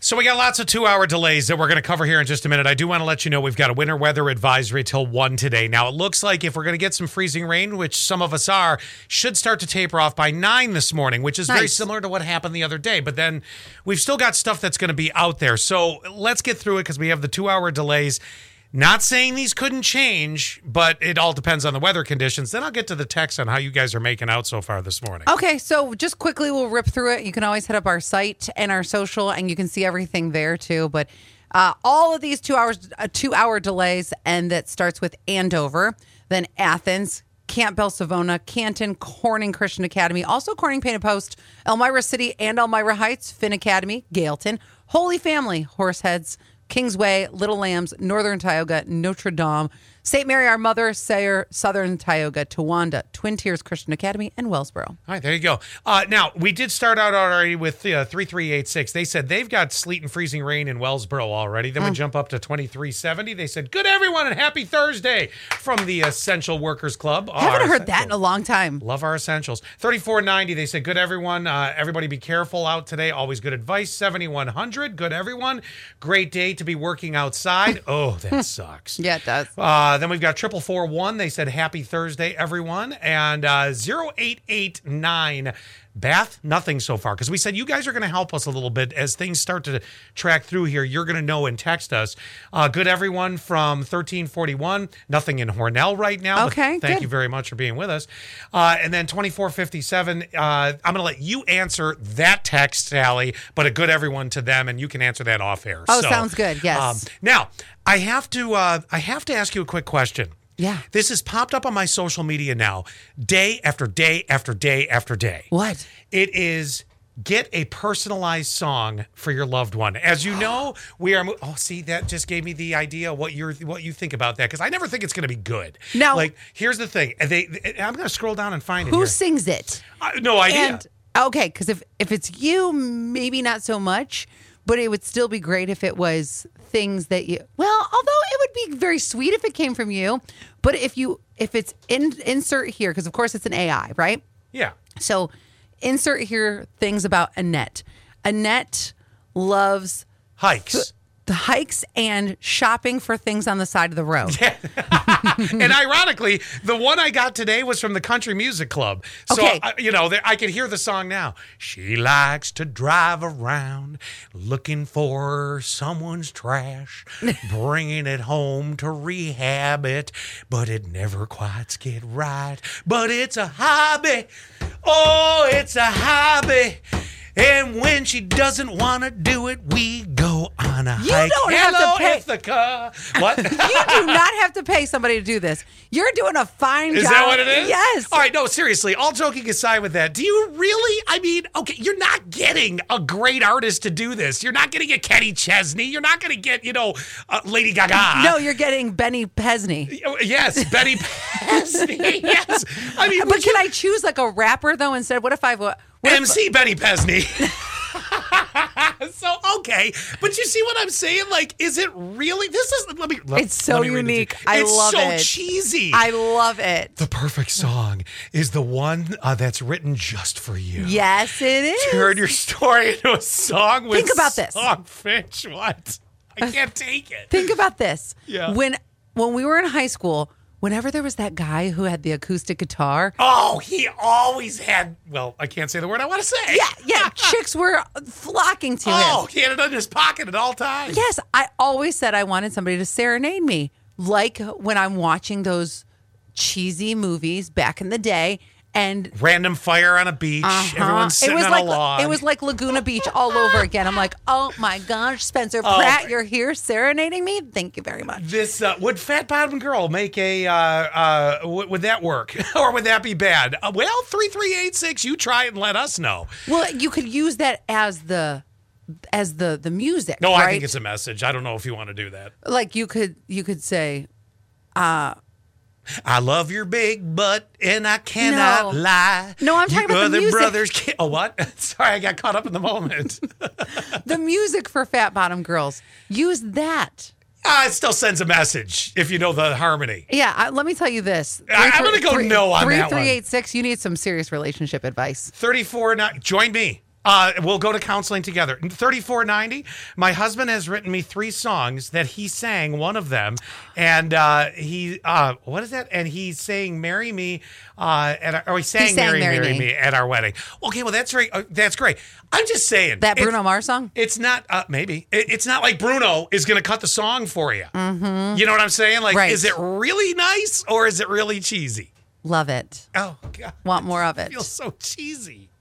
So we got lots of two-hour delays that we're going to cover here in just a minute. I do want to let you know we've got a winter weather advisory till one today. Now it looks like if we're going to get some freezing rain, which some of us are, should start to taper off by nine this morning, which is very Nice. similar to what happened the other day. But then we've still got stuff that's going to be out there. So let's get through it because we have the two-hour delays. Not saying these couldn't change, but it all depends on the weather conditions. Then I'll get to the text on how you guys are making out so far this morning. Okay, so just quickly, we'll rip through it. You can always hit up our site and our social, and you can see everything there too. But uh, all of these two hours, uh, two hour delays, and that starts with Andover, then Athens, Campbell, Savona, Canton, Corning Christian Academy, also Corning Painted Post, Elmira City and Elmira Heights, Finn Academy, Gailton, Holy Family, Horseheads, Kingsway, Little Lambs, Northern Tioga, Notre Dame, St. Mary Our Mother, Sayer, Southern Tioga, Towanda, Twin Tiers Christian Academy, and Wellsboro. All right, there you go. Uh, now we did start out already with uh, three three eight six. They said they've got sleet and freezing rain in Wellsboro already. Then we Hmm. jump up to twenty three seventy. They said, "Good everyone and happy Thursday from the Essential Workers Club." I haven't Our heard that in essentials. a long time. Love our essentials. 3490, they said, good everyone. Uh, everybody be careful out today. Always good advice. 7100, good everyone. Great day to be working outside. Oh, that sucks. Yeah, it does. Uh, then we've got triple four one. They said happy Thursday, everyone, and uh, zero eight eight nine. Bath, nothing so far because we said you guys are going to help us a little bit as things start to track through here. You're going to know and text us. Uh, good everyone from 1341. Nothing in Hornell right now. but Okay, thank good. you very much for being with us. Uh, and then 2457. Uh, I'm going to let you answer that text, Sally, but a good everyone to them, and you can answer that off air. um, Oh, sounds good. Yes. Now, I have to uh, I have to ask you a quick question. Yeah. This has popped up on my social media now, day after day after day after day. What? It is get a personalized song for your loved one. As you know, we are mo- Oh, see that just gave me the idea what you are what you think about that cuz I never think it's going to be good. Now- like here's the thing. and They, they- I'm going to scroll down and find it Who here. sings it? I- no idea. And okay, because if if it's you, maybe not so much, but it would still be great if it was things that you. Well, although it would be very sweet if it came from you, but if you if it's in, insert here, because of course it's an AI, right? yeah. So insert here things about Annette. Annette loves Hikes. the hikes and shopping for things on the side of the road. and ironically, the one I got today was from the Country Music Club. So, Okay. I, you know, there- I could hear the song now. She likes to drive around looking for someone's trash, bringing it home to rehab it, but it never quite get right. But it's a hobby. Oh, it's a hobby. And when she doesn't want to do it, we go on a You hike. don't have to Hello, pay- Ithaca. What? you do not have to pay somebody to do this. You're doing a fine Is job. that what it is? Yes. All right, no, seriously, all joking aside with that, do you really? I mean, okay, you're not getting a great artist to do this. You're not going to get Kenny Chesney. You're not going to get, you know, uh, Lady Gaga. No, you're getting Benny Pesney. Oh, Yes, Betty Pesney. yes. I mean, But can I choose like a rapper though instead? What if I what if- MC Benny Pesney. so okay, but you see what I'm saying? Like, is it really? This is. Let me. Let, It's so let me read it to unique. you. I it's love so it. cheesy. I love it. the perfect song is the one uh, that's written just for you. Yes, it is. turn your story into a song with Think about this. Uh, song Finch. What? I can't take it. Think about this. Yeah. When when we were in high school, whenever there was that guy who had the acoustic guitar, oh, he always had. Well, I can't say the word I want to say. yeah, yeah, chicks were flocking to him. Oh, he had it in his pocket at all times. Yes, I always said I wanted somebody to serenade me, like when I'm watching those cheesy movies back in the day. And Random fire on a beach. Everyone's Uh-huh. it sitting was on like a log. it was like Laguna Beach all over again. I'm like, oh my gosh, Oh Spencer Pratt, you're here serenading me. Thank you very much. this uh, would fat bottom girl make a uh, uh, w- would that work or would that be bad? Uh, well, three three eight six. You try it and let us know. Well, you could use that as the as the the music. No, right? I think it's a message. I don't know if you want to do that. like you could you could say I love your big butt and I cannot No. lie. No, I'm talking you about the other music. brothers. Can't- oh, what? Sorry, I got caught up in the moment. the music for fat bottom girls. Use that. Ah, it still sends a message if you know the harmony. Yeah, I, let me tell you this. I- I'm gonna go no on three, that one. Three three eight six. You need some serious relationship advice. 34 not join me. Uh, we'll go to counseling together. 3490, my husband has written me three songs that he sang, one of them. And uh, he, uh, what is that? And he's saying, Marry Me. Uh, at our, oh, he sang, sang Marry, Marry Marry Me. Me at our wedding. Okay, well, that's, right, uh, that's great. I'm just saying. That it's- Bruno Mars song? it's not uh, maybe It- it's not like Bruno is going to cut the song for you. You know what I'm saying? Like, Right. is it really Oh, nice